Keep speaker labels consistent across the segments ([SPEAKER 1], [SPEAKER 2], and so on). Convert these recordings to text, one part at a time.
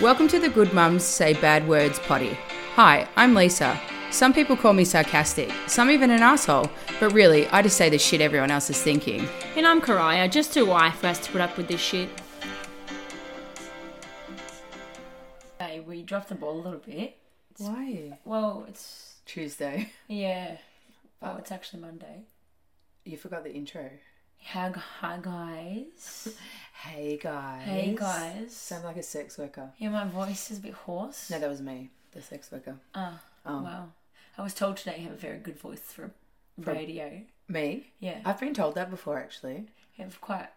[SPEAKER 1] Welcome to the Good Mums Say Bad Words potty. Hi, I'm Lisa. Some people call me sarcastic, some even an asshole, but really, I just say the shit everyone else is thinking.
[SPEAKER 2] And I'm Karaya, just too wife for us to put up with this shit. Hey, we dropped the ball a little bit.
[SPEAKER 1] Why?
[SPEAKER 2] Well, it's
[SPEAKER 1] Tuesday.
[SPEAKER 2] yeah. Oh, it's actually Monday.
[SPEAKER 1] You forgot the intro.
[SPEAKER 2] Hi, gu- hi guys.
[SPEAKER 1] Hey guys.
[SPEAKER 2] Hey, guys.
[SPEAKER 1] Sound like a sex worker.
[SPEAKER 2] Yeah, my voice is a bit hoarse.
[SPEAKER 1] No, that was me, the sex worker.
[SPEAKER 2] Ah,
[SPEAKER 1] Um,
[SPEAKER 2] wow. I was told today you have a very good voice for radio.
[SPEAKER 1] Me?
[SPEAKER 2] Yeah,
[SPEAKER 1] I've been told that before actually.
[SPEAKER 2] you have quite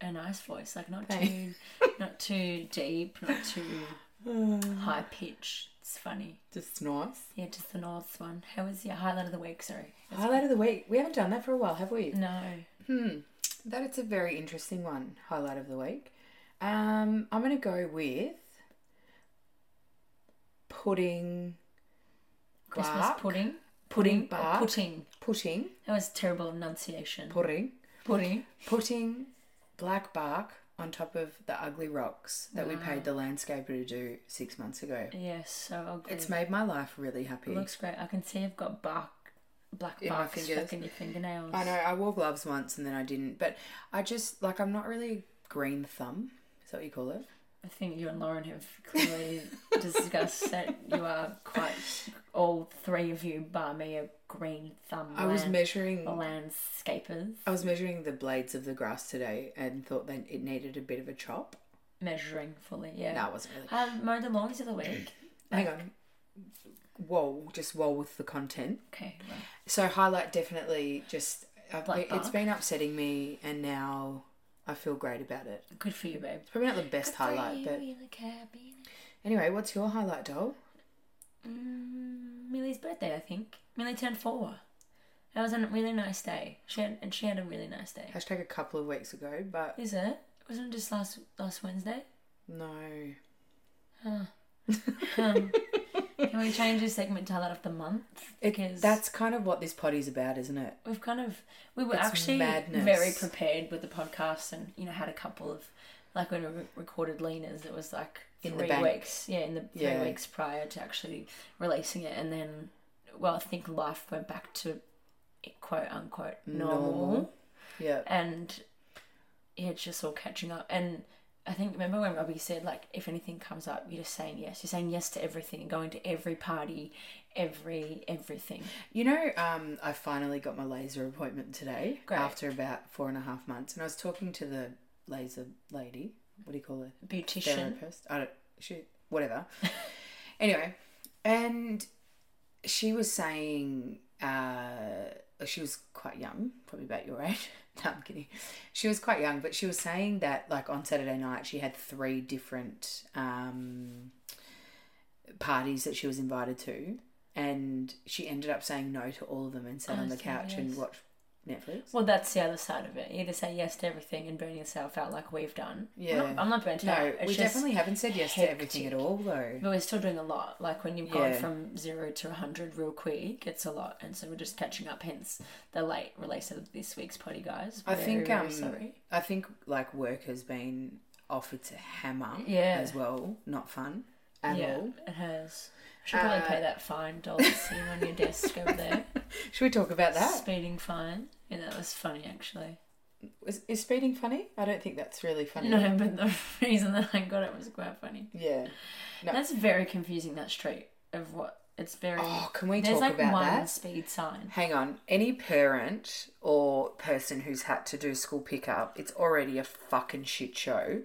[SPEAKER 2] a nice voice. Like not
[SPEAKER 1] Hey.
[SPEAKER 2] too, not too deep, not too high pitched. It's funny.
[SPEAKER 1] Just snorts.
[SPEAKER 2] Yeah, just the North one. How was your highlight of the week? Sorry. That's-
[SPEAKER 1] Highlight of the week. We haven't done that for a while, have we?
[SPEAKER 2] No.
[SPEAKER 1] Hmm. That it's a very interesting one. Highlight of the week. Um, I'm gonna go with pudding.
[SPEAKER 2] Christmas
[SPEAKER 1] bark.
[SPEAKER 2] pudding.
[SPEAKER 1] Pudding
[SPEAKER 2] Pudding or
[SPEAKER 1] bark.
[SPEAKER 2] pudding.
[SPEAKER 1] Pushing.
[SPEAKER 2] That was terrible enunciation.
[SPEAKER 1] Pudding.
[SPEAKER 2] Pudding.
[SPEAKER 1] Putting black bark on top of the ugly rocks that we paid the landscaper to do six months ago.
[SPEAKER 2] Yes, so ugly.
[SPEAKER 1] It's made my life really happy.
[SPEAKER 2] It looks great. I can see you've got bark, black
[SPEAKER 1] In my
[SPEAKER 2] bark
[SPEAKER 1] fingers.
[SPEAKER 2] stuck in your fingernails.
[SPEAKER 1] I know I wore gloves once and then I didn't, but I just like I'm not really a green thumb. Is that what you call it?
[SPEAKER 2] I think you and Lauren have clearly discussed that you are quite, all three of you, bar me, a green thumb.
[SPEAKER 1] I was
[SPEAKER 2] land-
[SPEAKER 1] measuring
[SPEAKER 2] Oh, landscapers
[SPEAKER 1] I was measuring the blades of the grass today and thought that it needed a bit of a chop.
[SPEAKER 2] measuring fully. Yeah.
[SPEAKER 1] No, it wasn't really.
[SPEAKER 2] I mowed the lawns the other week.
[SPEAKER 1] Hang on. Whoa, just whoa with the content.
[SPEAKER 2] Okay. well,
[SPEAKER 1] So highlight definitely just I've,
[SPEAKER 2] Black
[SPEAKER 1] it, has
[SPEAKER 2] bark.
[SPEAKER 1] been upsetting me and now I feel great about it.
[SPEAKER 2] good for you, babe.
[SPEAKER 1] It's probably not the best
[SPEAKER 2] Good for
[SPEAKER 1] highlight,
[SPEAKER 2] you
[SPEAKER 1] but
[SPEAKER 2] in the cabin.
[SPEAKER 1] anyway, what's your highlight, doll?
[SPEAKER 2] Mm, Millie's birthday, I think. Millie turned four. That was a really nice day. She had, and she had a really nice day.
[SPEAKER 1] Hashtag a couple of weeks ago, but
[SPEAKER 2] Is it? Wasn't it just last last Wednesday?
[SPEAKER 1] no.
[SPEAKER 2] Um, can we change the segment to highlight of the month? Because
[SPEAKER 1] That's kind of what this potty's about, isn't it?
[SPEAKER 2] we've kind of we were
[SPEAKER 1] It's
[SPEAKER 2] actually
[SPEAKER 1] madness.
[SPEAKER 2] very prepared with the podcast, and you know had a couple of like when we re- recorded Lena's, it was like
[SPEAKER 1] In the
[SPEAKER 2] three
[SPEAKER 1] bank.
[SPEAKER 2] weeks, yeah, in the three
[SPEAKER 1] Yeah.
[SPEAKER 2] weeks prior to actually releasing it, and then well, I think life went back to quote unquote normal.
[SPEAKER 1] Yeah.
[SPEAKER 2] and yeah, it's just all catching up. And I think remember when Robbie said like, if anything comes up, you're just saying yes. You're saying yes to everything, going to every party, every everything.
[SPEAKER 1] You know, um, I finally got my laser appointment today
[SPEAKER 2] Great.
[SPEAKER 1] after about four and a half months, and I was talking to the laser lady. What do you call her?
[SPEAKER 2] Beautician.
[SPEAKER 1] Therapist. I don't. She whatever. anyway, and she was saying uh, she was quite young, probably about your age. no, I'm kidding. She was quite young, but she was saying that like on Saturday night she had three different um, parties that she was invited to, and she ended up saying no to all of them and sat
[SPEAKER 2] Oh,
[SPEAKER 1] on the
[SPEAKER 2] so
[SPEAKER 1] couch and
[SPEAKER 2] yes.
[SPEAKER 1] watched Netflix.
[SPEAKER 2] Well, that's the other side of it. You either say yes to everything and burn yourself out like we've done. I'm not-
[SPEAKER 1] Yeah.
[SPEAKER 2] I'm not burnt out.
[SPEAKER 1] No,
[SPEAKER 2] It's
[SPEAKER 1] we
[SPEAKER 2] just,
[SPEAKER 1] definitely haven't said yes to everything at
[SPEAKER 2] hectic.
[SPEAKER 1] all though.
[SPEAKER 2] But we're still doing a lot. Like when you've
[SPEAKER 1] Yeah.
[SPEAKER 2] gone from zero to 100 real quick, it's a lot. And so we're just catching up, hence the late release of this week's potty, guys.
[SPEAKER 1] I
[SPEAKER 2] Very,
[SPEAKER 1] think,
[SPEAKER 2] very
[SPEAKER 1] um,
[SPEAKER 2] sorry.
[SPEAKER 1] I think like work has been off its hammer
[SPEAKER 2] Yeah.
[SPEAKER 1] as well. Not fun at all.
[SPEAKER 2] it has. Should probably
[SPEAKER 1] Uh,
[SPEAKER 2] pay that fine dollars sitting on your desk over there.
[SPEAKER 1] Should we talk about that?
[SPEAKER 2] Speeding fine. Yeah, that was funny actually.
[SPEAKER 1] Is, is speeding funny? I don't think that's really funny.
[SPEAKER 2] No, but the reason that I got it was quite funny.
[SPEAKER 1] Yeah. No.
[SPEAKER 2] That's very confusing. That street of what it's very.
[SPEAKER 1] Oh, can we
[SPEAKER 2] there's
[SPEAKER 1] talk
[SPEAKER 2] like
[SPEAKER 1] about
[SPEAKER 2] one
[SPEAKER 1] that?
[SPEAKER 2] speed sign.
[SPEAKER 1] Hang on. Any parent or person who's had to do school pickup, it's already a fucking shit show.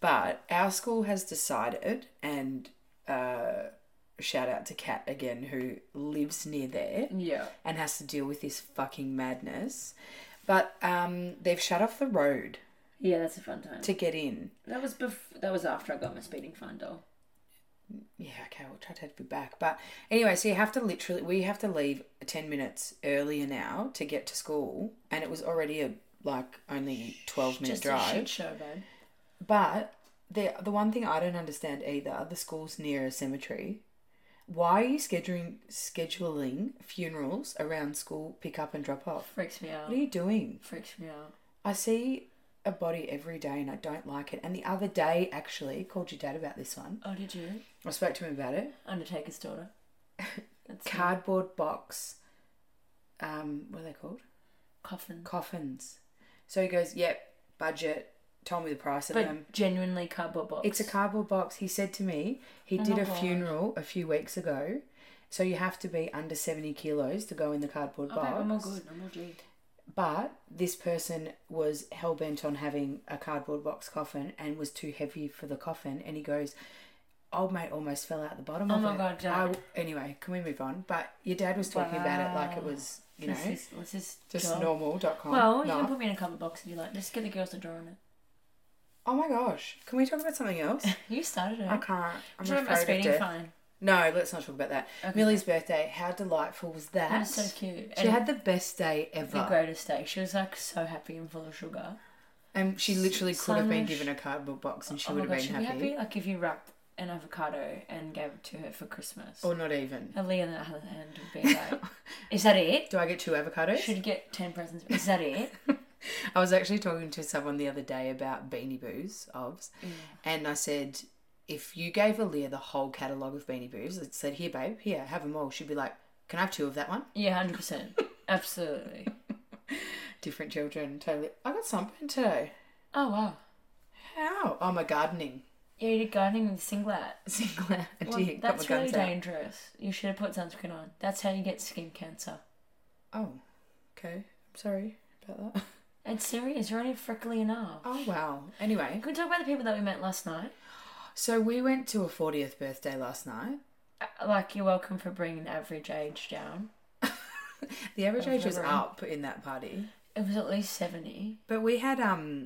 [SPEAKER 1] But our school has decided, and uh, shout out to Kat again, who lives near there.
[SPEAKER 2] Yeah.
[SPEAKER 1] and has to deal with this fucking madness. But um, they've shut off the road
[SPEAKER 2] Yeah, that's a fun time.
[SPEAKER 1] to get in.
[SPEAKER 2] That was bef- That was after I got my speeding fine doll.
[SPEAKER 1] Yeah, okay, we'll try to be back. But anyway, so you have to literally, we have to leave 10 minutes earlier now to get to school. And it was already a like only 12 minute
[SPEAKER 2] Just a
[SPEAKER 1] drive.
[SPEAKER 2] shit show, babe.
[SPEAKER 1] but the, the one thing I don't understand either are the schools near a cemetery. Why are you scheduling scheduling funerals around school pick up and drop off?
[SPEAKER 2] Freaks me out.
[SPEAKER 1] What are you doing?
[SPEAKER 2] Freaks me out.
[SPEAKER 1] I see a body every day and I don't like it. And the other day, actually, called your dad about this one.
[SPEAKER 2] Oh, did you?
[SPEAKER 1] I spoke to him about it.
[SPEAKER 2] Undertaker's daughter. That's me.
[SPEAKER 1] Cardboard box. Um, what are they called?
[SPEAKER 2] coffin.
[SPEAKER 1] Coffins. So he goes, "Yep, budget." Told me the price of
[SPEAKER 2] But
[SPEAKER 1] them.
[SPEAKER 2] genuinely cardboard box.
[SPEAKER 1] It's a cardboard box. He said to me, he
[SPEAKER 2] Oh
[SPEAKER 1] did
[SPEAKER 2] my
[SPEAKER 1] a
[SPEAKER 2] God.
[SPEAKER 1] funeral a few weeks ago. So you have to be under 70 kilos to go in the cardboard
[SPEAKER 2] Oh, babe,
[SPEAKER 1] box.
[SPEAKER 2] I'm all good. I'm all G.
[SPEAKER 1] But this person was hell bent on having a cardboard box coffin and was too heavy for the coffin. And he goes, Old mate almost fell out the bottom
[SPEAKER 2] Oh
[SPEAKER 1] of
[SPEAKER 2] my
[SPEAKER 1] it.
[SPEAKER 2] God, Jack.
[SPEAKER 1] I w- anyway, can we move on? But your dad was talking about it like it was, you know,
[SPEAKER 2] This is, this is
[SPEAKER 1] just
[SPEAKER 2] draw.
[SPEAKER 1] normal.com.
[SPEAKER 2] Well, you
[SPEAKER 1] No.
[SPEAKER 2] can put me in a cardboard box if you like. Just get the girls to draw on it.
[SPEAKER 1] Oh my gosh. Can we talk about something else?
[SPEAKER 2] You started it.
[SPEAKER 1] I can't. I'm
[SPEAKER 2] Do you remember my
[SPEAKER 1] afraid of
[SPEAKER 2] speeding
[SPEAKER 1] death.
[SPEAKER 2] fine?
[SPEAKER 1] No, let's not talk about that.
[SPEAKER 2] Okay.
[SPEAKER 1] Millie's birthday. How delightful was that?
[SPEAKER 2] That was so cute.
[SPEAKER 1] She
[SPEAKER 2] And
[SPEAKER 1] had the best day ever,
[SPEAKER 2] the greatest day. She was like so happy and full of sugar.
[SPEAKER 1] and she literally could have been
[SPEAKER 2] Sunrush.
[SPEAKER 1] given a cardboard box, and she
[SPEAKER 2] oh
[SPEAKER 1] would
[SPEAKER 2] my
[SPEAKER 1] have
[SPEAKER 2] god,
[SPEAKER 1] been
[SPEAKER 2] she'd
[SPEAKER 1] happy.
[SPEAKER 2] be happy like if you wrapped an avocado and gave it to her for Christmas.
[SPEAKER 1] Or not even.
[SPEAKER 2] And Lee on the other hand would be like, "Is that it?
[SPEAKER 1] Do I get two avocados?
[SPEAKER 2] Should get ten presents. Is that it?"
[SPEAKER 1] I was actually talking to someone the other day about Beanie Boos, obs,
[SPEAKER 2] Mm.
[SPEAKER 1] and I said, if you gave Aaliyah the whole catalogue of Beanie Boos, it said, here, babe, here, have them all. She'd be like, can I have two of that one?
[SPEAKER 2] Yeah, hundred percent, absolutely.
[SPEAKER 1] Different children, totally. I got something today.
[SPEAKER 2] Oh wow.
[SPEAKER 1] How? Oh, my gardening.
[SPEAKER 2] Yeah, you did gardening with singlet.
[SPEAKER 1] Single out.
[SPEAKER 2] Well,
[SPEAKER 1] Dear, got
[SPEAKER 2] that's
[SPEAKER 1] my
[SPEAKER 2] really
[SPEAKER 1] guns out.
[SPEAKER 2] dangerous. You should have put sunscreen on. That's how you get skin cancer.
[SPEAKER 1] Oh, okay. I'm sorry about that.
[SPEAKER 2] It's serious. You're only freckly enough.
[SPEAKER 1] Oh, wow. Anyway,
[SPEAKER 2] Can we talk about the people that we met last night?
[SPEAKER 1] so we went to a 40th birthday last night.
[SPEAKER 2] Uh, Like, you're welcome for bringing the average age down.
[SPEAKER 1] The average age was
[SPEAKER 2] Overrun.
[SPEAKER 1] up in that party.
[SPEAKER 2] It was at least 70.
[SPEAKER 1] But we had um,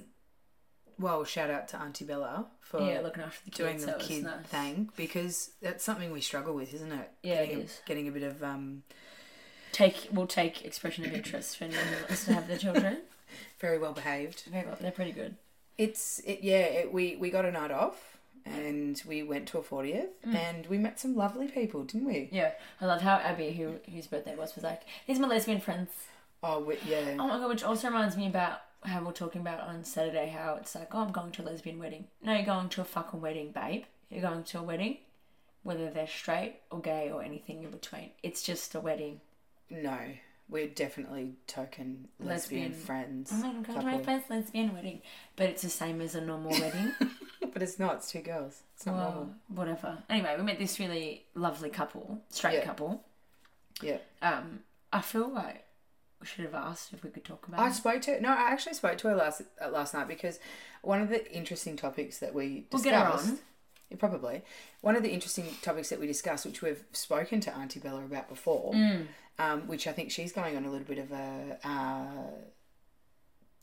[SPEAKER 1] well, shout out to Auntie Bella for
[SPEAKER 2] yeah, looking after the kids.
[SPEAKER 1] doing the
[SPEAKER 2] that was
[SPEAKER 1] kid
[SPEAKER 2] nice.
[SPEAKER 1] thing because that's something we struggle with, isn't it?
[SPEAKER 2] Yeah, it
[SPEAKER 1] getting, a-
[SPEAKER 2] is.
[SPEAKER 1] getting a bit of um,
[SPEAKER 2] Take, we'll take expression of interest for anyone who wants to have their children.
[SPEAKER 1] very well behaved.
[SPEAKER 2] Very well, they're pretty good.
[SPEAKER 1] It's it, yeah. It, we we got a night off and we went to a fortieth
[SPEAKER 2] Mm.
[SPEAKER 1] and we met some lovely people, didn't we?
[SPEAKER 2] Yeah, I love how Abby, who whose birthday was, was like, these are my lesbian friends.
[SPEAKER 1] Oh, we, yeah.
[SPEAKER 2] Oh my god, which also reminds me about how we we're talking about on Saturday how it's like, oh, I'm going to a lesbian wedding. No, you're going to a fucking wedding, babe. You're going to a wedding, whether they're straight or gay or anything in between. It's just a wedding.
[SPEAKER 1] No, we're definitely token lesbian,
[SPEAKER 2] Lesbian.
[SPEAKER 1] friends.
[SPEAKER 2] Oh my god, I'm going to my
[SPEAKER 1] couple.
[SPEAKER 2] first lesbian wedding. But it's the same as a normal wedding.
[SPEAKER 1] but it's not. It's two girls. It's not normal.
[SPEAKER 2] well, whatever. Anyway, we met this really lovely couple, straight
[SPEAKER 1] Yeah.
[SPEAKER 2] couple.
[SPEAKER 1] Yeah.
[SPEAKER 2] Um, I feel like we should have asked if we could talk about
[SPEAKER 1] I
[SPEAKER 2] it.
[SPEAKER 1] spoke to no, I actually spoke to her last uh, last night because one of the interesting topics that we
[SPEAKER 2] We'll
[SPEAKER 1] discussed.
[SPEAKER 2] get her on.
[SPEAKER 1] Yeah, probably one of the interesting topics that we discussed, which we've spoken to Auntie Bella about
[SPEAKER 2] Mm.
[SPEAKER 1] before,
[SPEAKER 2] Hmm,
[SPEAKER 1] um, which I think she's going on a little bit of a uh,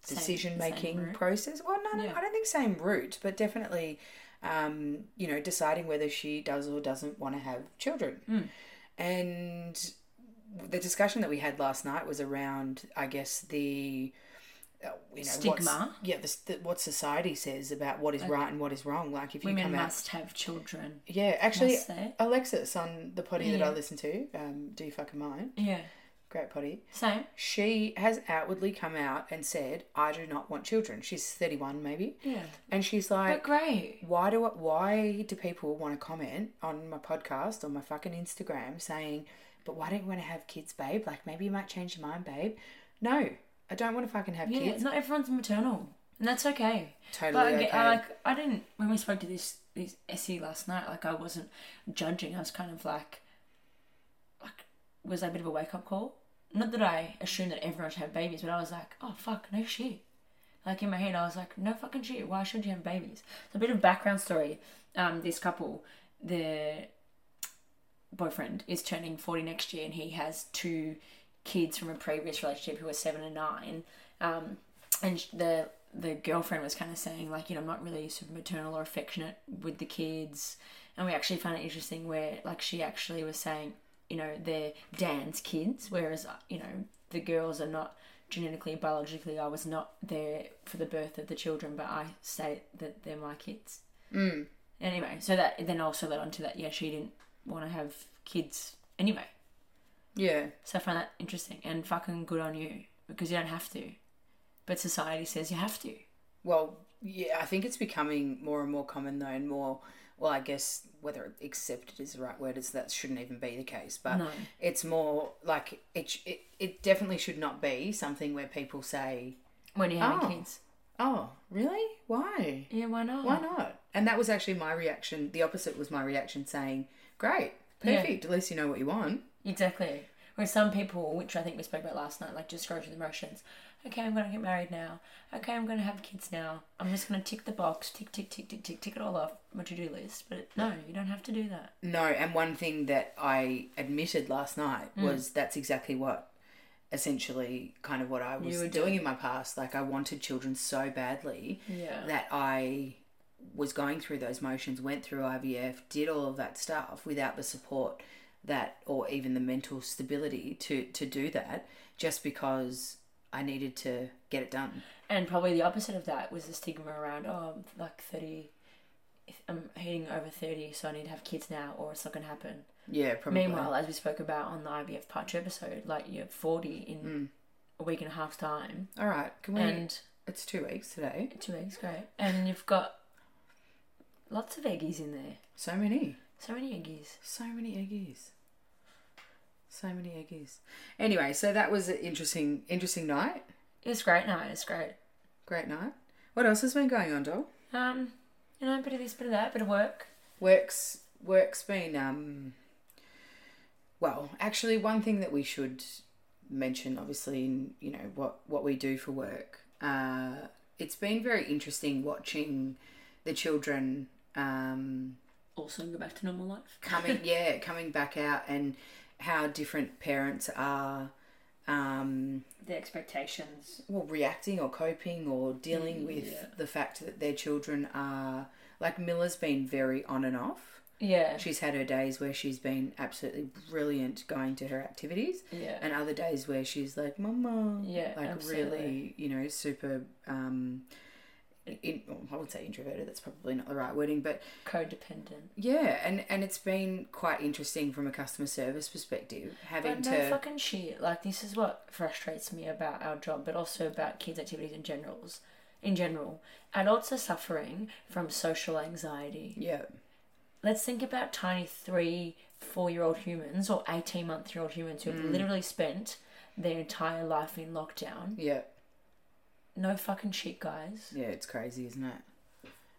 [SPEAKER 2] Same-
[SPEAKER 1] decision
[SPEAKER 2] same
[SPEAKER 1] making
[SPEAKER 2] route.
[SPEAKER 1] process. Well, no, no,
[SPEAKER 2] Yeah.
[SPEAKER 1] I don't think same route, but definitely, um, you know, deciding whether she does or doesn't want to have children.
[SPEAKER 2] Hmm.
[SPEAKER 1] And the discussion that we had last night was around, I guess, the uh, you know,
[SPEAKER 2] Stigma.
[SPEAKER 1] What's, yeah, the, the, what society says about what is right and what is wrong. Like if you
[SPEAKER 2] Women
[SPEAKER 1] come out,
[SPEAKER 2] must have children.
[SPEAKER 1] yeah, actually,
[SPEAKER 2] must they?
[SPEAKER 1] Alexis on the potty that
[SPEAKER 2] Yeah.
[SPEAKER 1] I listen to, um, do you fucking mind?
[SPEAKER 2] Yeah.
[SPEAKER 1] Great potty.
[SPEAKER 2] Same.
[SPEAKER 1] She has outwardly come out and said, "I do not want children." She's thirty-one, maybe,
[SPEAKER 2] Yeah.
[SPEAKER 1] and she's like,
[SPEAKER 2] But great.
[SPEAKER 1] why do I, why do people want to comment on my podcast on my fucking Instagram saying, but why don't you want to have kids, babe? Like maybe you might change your mind, babe. No, I don't want to fucking have
[SPEAKER 2] Yeah,
[SPEAKER 1] kids.
[SPEAKER 2] not everyone's maternal, and that's okay.
[SPEAKER 1] Totally
[SPEAKER 2] but I, get- I,
[SPEAKER 1] okay.
[SPEAKER 2] like I didn't when we spoke to this this Essie last night. Like I wasn't judging. I was kind of like, like was that a bit of a wake up call? Not that I assumed that everyone should have babies, but I was like, oh fuck, no shit. Like in my head, I was like, no fucking shit. Why should you have babies? So a bit of background story. Um, this couple, the boyfriend is turning 40 next year and he has two kids from a previous relationship who are seven and nine um, and sh- the the girlfriend was kind of saying like you know i'm not really super maternal or affectionate with the kids and we actually found it interesting where like she actually was saying you know they're dan's kids whereas uh, you know the girls are not genetically biologically i was not there for the birth of the children but i say that they're my kids anyway so that then also led on to that yeah she didn't want to have kids anyway
[SPEAKER 1] yeah,
[SPEAKER 2] so i find that interesting and fucking good on you because you don't have to but society says you have to
[SPEAKER 1] Well, yeah, I think it's becoming more and more common though, and more. Well, I guess whether accepted is the right word is that shouldn't even be the case, but
[SPEAKER 2] No.
[SPEAKER 1] it's more like it, sh- it. It definitely should not be something where people say,
[SPEAKER 2] When you're having
[SPEAKER 1] Oh.
[SPEAKER 2] kids.
[SPEAKER 1] "Oh, really? Why?
[SPEAKER 2] Yeah, why not?
[SPEAKER 1] Why not?" And that was actually my reaction. The opposite was my reaction, saying, "Great,
[SPEAKER 2] Yeah.
[SPEAKER 1] perfect. At least you know what you want."
[SPEAKER 2] Exactly. Where some people, which I think we spoke about last night, like just go through the motions. Okay, I'm gonna get married now. Okay, I'm gonna have kids now. I'm just gonna tick the box, tick, tick, tick, tick, tick, tick it all off my to-do list. But no, you don't have to do that.
[SPEAKER 1] No, and one thing that I admitted last night
[SPEAKER 2] Mm.
[SPEAKER 1] was that's exactly what essentially kind of what I was
[SPEAKER 2] were
[SPEAKER 1] doing, in my past. Like I wanted children so badly
[SPEAKER 2] Yeah.
[SPEAKER 1] that I was going through those motions, went through IVF, did all of that stuff without the support that or even the mental stability to to do that just because I needed to get it done.
[SPEAKER 2] And probably the opposite of that was the stigma around, oh, I'm like 30, if I'm hitting over 30, so I need to have kids now, or it's not gonna happen.
[SPEAKER 1] Yeah, probably.
[SPEAKER 2] Meanwhile, as we spoke about on the IVF part two episode, like you're 40 in a week and a half's time,
[SPEAKER 1] all right, can we
[SPEAKER 2] and
[SPEAKER 1] It's 2 weeks today.
[SPEAKER 2] Two eggs, great. And you've got lots of eggies in there.
[SPEAKER 1] So many.
[SPEAKER 2] So many eggies.
[SPEAKER 1] So many eggies. So many eggies. Anyway, so that was an interesting, interesting night.
[SPEAKER 2] It's great night. It's great.
[SPEAKER 1] Great night. What else has been going on, doll?
[SPEAKER 2] Um, you know, bit of this, bit of that, bit of work.
[SPEAKER 1] Work's work's been um. Well, actually, one thing that we should mention, obviously, in you know what what we do for work, uh, it's been very interesting watching the children um,
[SPEAKER 2] Also, go back to normal life.
[SPEAKER 1] coming yeah coming back out and how different parents are um
[SPEAKER 2] The expectations.
[SPEAKER 1] well, reacting or coping or dealing with
[SPEAKER 2] Mm, Yeah.
[SPEAKER 1] the fact that their children are like Miller's been very on and off.
[SPEAKER 2] Yeah.
[SPEAKER 1] She's had her days where she's been absolutely brilliant going to her activities,
[SPEAKER 2] Yeah.
[SPEAKER 1] and other days where she's like, "Mama,"
[SPEAKER 2] Yeah,
[SPEAKER 1] like really,
[SPEAKER 2] absolutely.
[SPEAKER 1] you know, super. um in, I would say introverted. That's probably not the right wording, but
[SPEAKER 2] Codependent.
[SPEAKER 1] yeah, and and it's been quite interesting from a customer service perspective, having
[SPEAKER 2] But no
[SPEAKER 1] to
[SPEAKER 2] fucking shit. Like this is what frustrates me about our job, but also about kids' activities in generals. In general, adults are suffering from social anxiety.
[SPEAKER 1] yeah,
[SPEAKER 2] let's think about tiny three, four year old humans or 18 month year old humans who have literally spent their entire life in lockdown.
[SPEAKER 1] yeah,
[SPEAKER 2] No fucking shit, guys.
[SPEAKER 1] yeah. It's crazy, isn't it?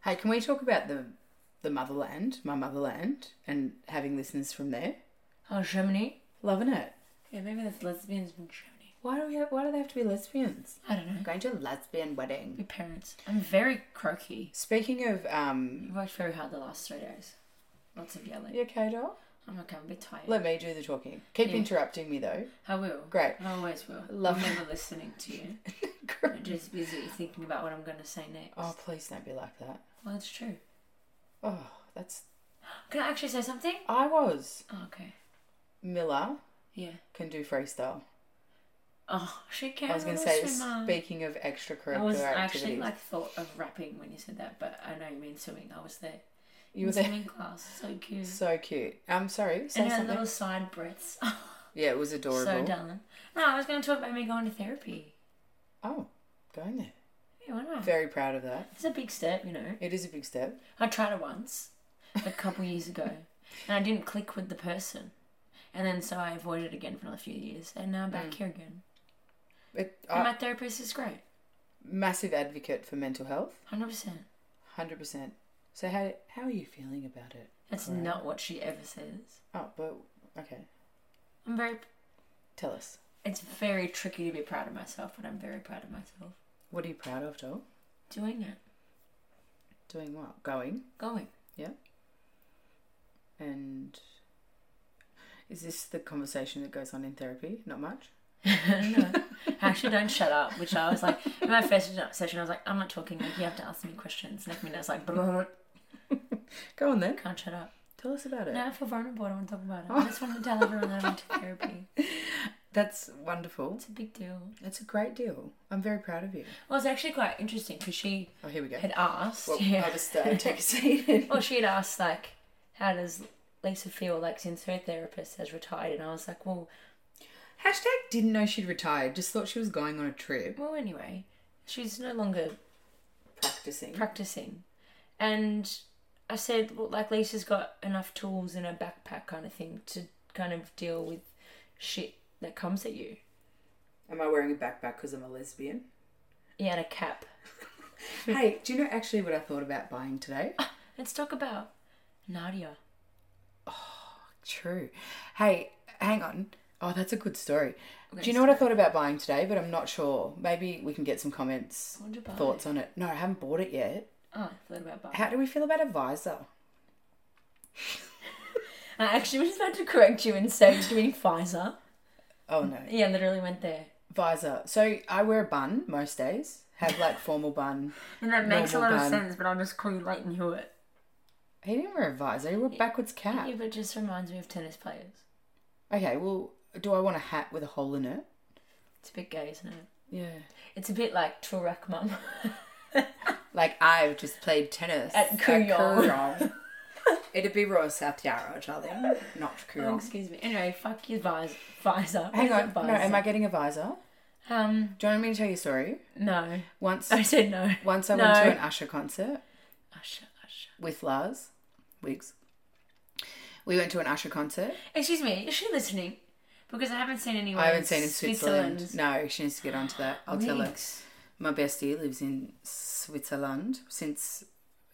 [SPEAKER 1] Hey, can we talk about the the motherland, my motherland, and having listeners from there?
[SPEAKER 2] Oh, Germany?
[SPEAKER 1] Loving it.
[SPEAKER 2] Yeah, maybe that's lesbians in Germany.
[SPEAKER 1] Why do we? Have, why do they have to be lesbians?
[SPEAKER 2] I don't know.
[SPEAKER 1] Going to a lesbian wedding.
[SPEAKER 2] Your parents. I'm very croaky.
[SPEAKER 1] Speaking of, um,
[SPEAKER 2] You worked very hard the last three days. Lots of yelling.
[SPEAKER 1] you okay, doll?
[SPEAKER 2] I'm okay, I'm a bit tired.
[SPEAKER 1] Let me do the talking. Keep
[SPEAKER 2] Yeah.
[SPEAKER 1] interrupting me though.
[SPEAKER 2] I will.
[SPEAKER 1] Great.
[SPEAKER 2] I always will.
[SPEAKER 1] Love-
[SPEAKER 2] Love never listening to you. I'm just busy thinking about what I'm going to say next.
[SPEAKER 1] Oh, please don't be like that.
[SPEAKER 2] Well, it's true.
[SPEAKER 1] Oh, that's.
[SPEAKER 2] Can I actually say something?
[SPEAKER 1] I was
[SPEAKER 2] Oh, okay.
[SPEAKER 1] Miller
[SPEAKER 2] Yeah.
[SPEAKER 1] can do freestyle.
[SPEAKER 2] Oh, she can.
[SPEAKER 1] I was going to say, speaking of extracurricular
[SPEAKER 2] I was actually
[SPEAKER 1] activities,
[SPEAKER 2] like thought of rapping when you said that, but I know you mean swimming. I was there.
[SPEAKER 1] you were
[SPEAKER 2] In
[SPEAKER 1] there.
[SPEAKER 2] Swimming class, so cute.
[SPEAKER 1] So cute. I'm sorry. Say
[SPEAKER 2] and her
[SPEAKER 1] something.
[SPEAKER 2] little side breaths. Oh,
[SPEAKER 1] Yeah, it was adorable.
[SPEAKER 2] so darling. No, I was going to talk about me going to therapy.
[SPEAKER 1] Oh, going there.
[SPEAKER 2] Yeah, why not?
[SPEAKER 1] Very proud of that.
[SPEAKER 2] It's a big step, you know.
[SPEAKER 1] It is a big step.
[SPEAKER 2] I tried it once, a couple years ago, and I didn't click with the person. And then so I avoided it again for another few years, and now I'm back here again.
[SPEAKER 1] It,
[SPEAKER 2] And
[SPEAKER 1] I,
[SPEAKER 2] my therapist is great,
[SPEAKER 1] massive advocate for mental health.
[SPEAKER 2] hundred percent.
[SPEAKER 1] Hundred percent. So how how are you feeling about it?
[SPEAKER 2] That's
[SPEAKER 1] Correct.
[SPEAKER 2] not what she ever says.
[SPEAKER 1] Oh, but okay.
[SPEAKER 2] I'm very
[SPEAKER 1] Tell us.
[SPEAKER 2] It's very tricky to be proud of myself, but I'm very proud of myself.
[SPEAKER 1] What are you proud of, doll?
[SPEAKER 2] Doing it,
[SPEAKER 1] Doing what? Going
[SPEAKER 2] going.
[SPEAKER 1] and. Is this the conversation that goes on in therapy? Not much.
[SPEAKER 2] no, actually, don't shut up. Which I was like, in my first session, I was like, I'm not talking. Like, you have to ask me questions. Next minute, it's like, brrr,
[SPEAKER 1] Go on then.
[SPEAKER 2] can't shut up.
[SPEAKER 1] Tell us about it.
[SPEAKER 2] Now I feel vulnerable. I don't want to talk about it. I just wanted to tell everyone that I went to therapy.
[SPEAKER 1] That's wonderful.
[SPEAKER 2] It's a big deal.
[SPEAKER 1] It's a great deal. I'm very proud of you.
[SPEAKER 2] Well, it's actually quite interesting because she
[SPEAKER 1] Oh, here we go.
[SPEAKER 2] had asked.
[SPEAKER 1] Well,
[SPEAKER 2] yeah.
[SPEAKER 1] I'll just uh, take a seat.
[SPEAKER 2] Well, she had asked like, how does Lisa feel like since her therapist has retired? And I was like, well,
[SPEAKER 1] Hashtag didn't know she'd retired, just thought she was going on a trip.
[SPEAKER 2] well, anyway, she's no longer
[SPEAKER 1] practicing.
[SPEAKER 2] practicing. And I said, well, like Lisa's got enough tools in her backpack kind of thing to kind of deal with shit that comes at you.
[SPEAKER 1] Am I wearing a backpack because I'm a lesbian?
[SPEAKER 2] Yeah, and a cap.
[SPEAKER 1] hey, do you know actually what I thought about buying today?
[SPEAKER 2] Let's talk about Nadia.
[SPEAKER 1] True. Hey, hang on. Oh, that's a good story. Do you know what I thought about buying today? But I'm not sure. Maybe we can get some comments,
[SPEAKER 2] What did you buy?
[SPEAKER 1] thoughts on it. No, I haven't bought it yet.
[SPEAKER 2] Oh, I thought about bar.
[SPEAKER 1] How do we feel about a visor?
[SPEAKER 2] I actually was about to correct you and say, do you mean Pfizer?
[SPEAKER 1] Oh no,
[SPEAKER 2] Yeah, literally went there.
[SPEAKER 1] visor. So I wear a bun most days. Have like formal bun.
[SPEAKER 2] And that
[SPEAKER 1] makes a Normal lot of bun.
[SPEAKER 2] sense, but I'll just call you Leighton Hewitt.
[SPEAKER 1] He didn't wear a visor. He wore a backwards cap.
[SPEAKER 2] Yeah, but it just reminds me of tennis players.
[SPEAKER 1] Okay, well, do I want a hat with a hole in it?
[SPEAKER 2] It's a bit gay, isn't it?
[SPEAKER 1] Yeah.
[SPEAKER 2] It's a bit like Turak Mum. Oh,
[SPEAKER 1] Like I've just played tennis
[SPEAKER 2] At Kooyong.
[SPEAKER 1] Kooyong. It'd be Royal South Yarra, Charlie, not
[SPEAKER 2] Oh,
[SPEAKER 1] Kooyong.
[SPEAKER 2] excuse me. Anyway, fuck your visor. visor. What
[SPEAKER 1] Hang
[SPEAKER 2] is
[SPEAKER 1] on,
[SPEAKER 2] a
[SPEAKER 1] no, am
[SPEAKER 2] visor?
[SPEAKER 1] I getting a visor?
[SPEAKER 2] Um,
[SPEAKER 1] Do you want me to tell you a story?
[SPEAKER 2] no.
[SPEAKER 1] Once,
[SPEAKER 2] I said no.
[SPEAKER 1] once I
[SPEAKER 2] no. Oh,
[SPEAKER 1] went to an Usher concert
[SPEAKER 2] Usher, Usher.
[SPEAKER 1] with Lars Wiggs. We went to an Usher concert.
[SPEAKER 2] Excuse me, is she listening? Because I haven't seen anyone.
[SPEAKER 1] I haven't seen in Switzerland. No, she needs to get onto that. I'll tell her. My bestie lives in Switzerland since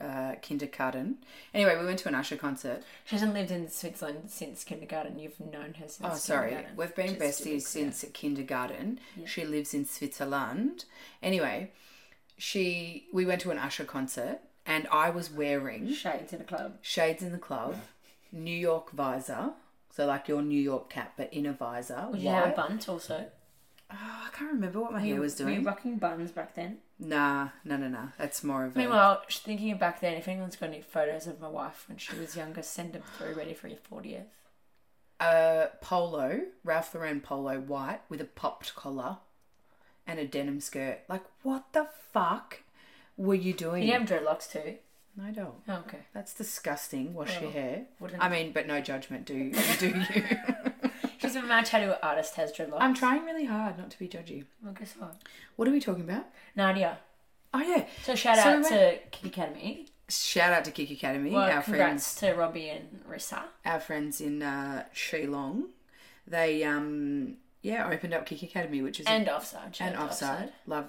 [SPEAKER 1] uh, kindergarten. Anyway, we went to an Usher concert.
[SPEAKER 2] She hasn't lived in Switzerland since kindergarten. You've known her since.
[SPEAKER 1] Oh, sorry.
[SPEAKER 2] kindergarten.
[SPEAKER 1] We've been
[SPEAKER 2] Just to be
[SPEAKER 1] besties
[SPEAKER 2] clear.
[SPEAKER 1] since kindergarten. She lives in Switzerland. Anyway, she we went to an Usher concert and I was wearing
[SPEAKER 2] Shades in a club.
[SPEAKER 1] shades in the club, New York visor, so like your New York cap but in a visor.
[SPEAKER 2] Would you have
[SPEAKER 1] white.
[SPEAKER 2] a bunt Oh, also?
[SPEAKER 1] Oh, I can't remember what my hair was
[SPEAKER 2] Were
[SPEAKER 1] doing.
[SPEAKER 2] you rocking buns back then?
[SPEAKER 1] Nah, no, no, no. That's more of a.
[SPEAKER 2] Meanwhile, sh- thinking of back then, if anyone's got any photos of my wife when she was younger, send them through ready for your 40th.
[SPEAKER 1] a polo, Ralph Lauren polo white with a popped collar and a denim skirt. Like, what the fuck were you doing?
[SPEAKER 2] You have dreadlocks too.
[SPEAKER 1] No, I don't.
[SPEAKER 2] Oh, okay.
[SPEAKER 1] That's disgusting. Wash your
[SPEAKER 2] Well,
[SPEAKER 1] hair.
[SPEAKER 2] wouldn't-
[SPEAKER 1] I mean, but no judgment, do you? do you?
[SPEAKER 2] She's a my tattoo artist has dreadlocks.
[SPEAKER 1] I'm trying really hard not to be judgy.
[SPEAKER 2] Well, guess what?
[SPEAKER 1] What are we talking about?
[SPEAKER 2] Nadia.
[SPEAKER 1] Oh, yeah.
[SPEAKER 2] So shout
[SPEAKER 1] So
[SPEAKER 2] out
[SPEAKER 1] we
[SPEAKER 2] to Kick Academy.
[SPEAKER 1] Shout out to Kick Academy,
[SPEAKER 2] Well,
[SPEAKER 1] our friends
[SPEAKER 2] congrats to Robbie and Rissa.
[SPEAKER 1] our friends in uh, Shillong, they um yeah opened up Kick Academy, which is
[SPEAKER 2] And offside. shout
[SPEAKER 1] an
[SPEAKER 2] out to
[SPEAKER 1] offside. Love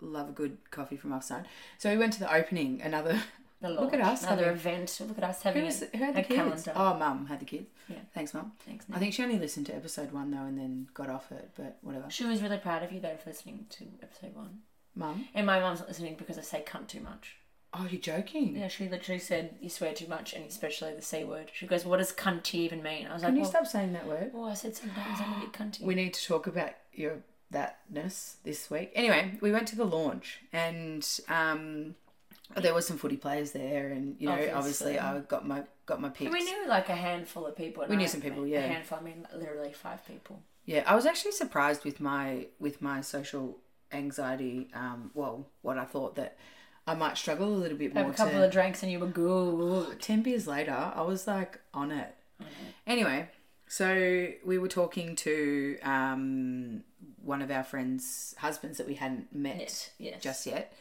[SPEAKER 1] love a good coffee from offside. So we went to the opening. Another
[SPEAKER 2] The
[SPEAKER 1] Look at
[SPEAKER 2] launch,
[SPEAKER 1] us
[SPEAKER 2] Another
[SPEAKER 1] having-
[SPEAKER 2] event. Look at us having
[SPEAKER 1] who, was,
[SPEAKER 2] a,
[SPEAKER 1] who had the
[SPEAKER 2] a
[SPEAKER 1] kids?
[SPEAKER 2] calendar.
[SPEAKER 1] Oh, mum had the kids.
[SPEAKER 2] Yeah.
[SPEAKER 1] Thanks, mum.
[SPEAKER 2] Thanks,
[SPEAKER 1] I
[SPEAKER 2] Nick.
[SPEAKER 1] think she only listened to episode one though, and then got off it. But whatever,
[SPEAKER 2] She was really proud of you though for listening to episode one.
[SPEAKER 1] mum.
[SPEAKER 2] And my mum's not listening because I say cunt too much.
[SPEAKER 1] Oh, you're joking.
[SPEAKER 2] Yeah, she literally said you swear too much, and especially the c word. She goes, "What does cunty even mean?" I was
[SPEAKER 1] Can
[SPEAKER 2] like,
[SPEAKER 1] you
[SPEAKER 2] well,
[SPEAKER 1] stop saying that word?
[SPEAKER 2] well, I said sometimes I'm a bit cunty.
[SPEAKER 1] We need to talk about your thatness this week. Anyway, we went to the launch and um, there were some footy players there, and you know, obviously,
[SPEAKER 2] Obviously.
[SPEAKER 1] I got my got my picks.
[SPEAKER 2] And we knew like a handful of people. and
[SPEAKER 1] We knew
[SPEAKER 2] I-
[SPEAKER 1] some people,
[SPEAKER 2] A
[SPEAKER 1] yeah.
[SPEAKER 2] handful. I mean, literally five people.
[SPEAKER 1] Yeah, I was actually surprised with my with my social anxiety. Um, well, what I thought that I might struggle a little bit more.
[SPEAKER 2] Have a couple
[SPEAKER 1] to,
[SPEAKER 2] of drinks, and you were good.
[SPEAKER 1] ten beers later, I was like on it. Anyway, so we were talking to um, one of our friends' husbands that we hadn't met
[SPEAKER 2] Yes, yes.
[SPEAKER 1] just yet.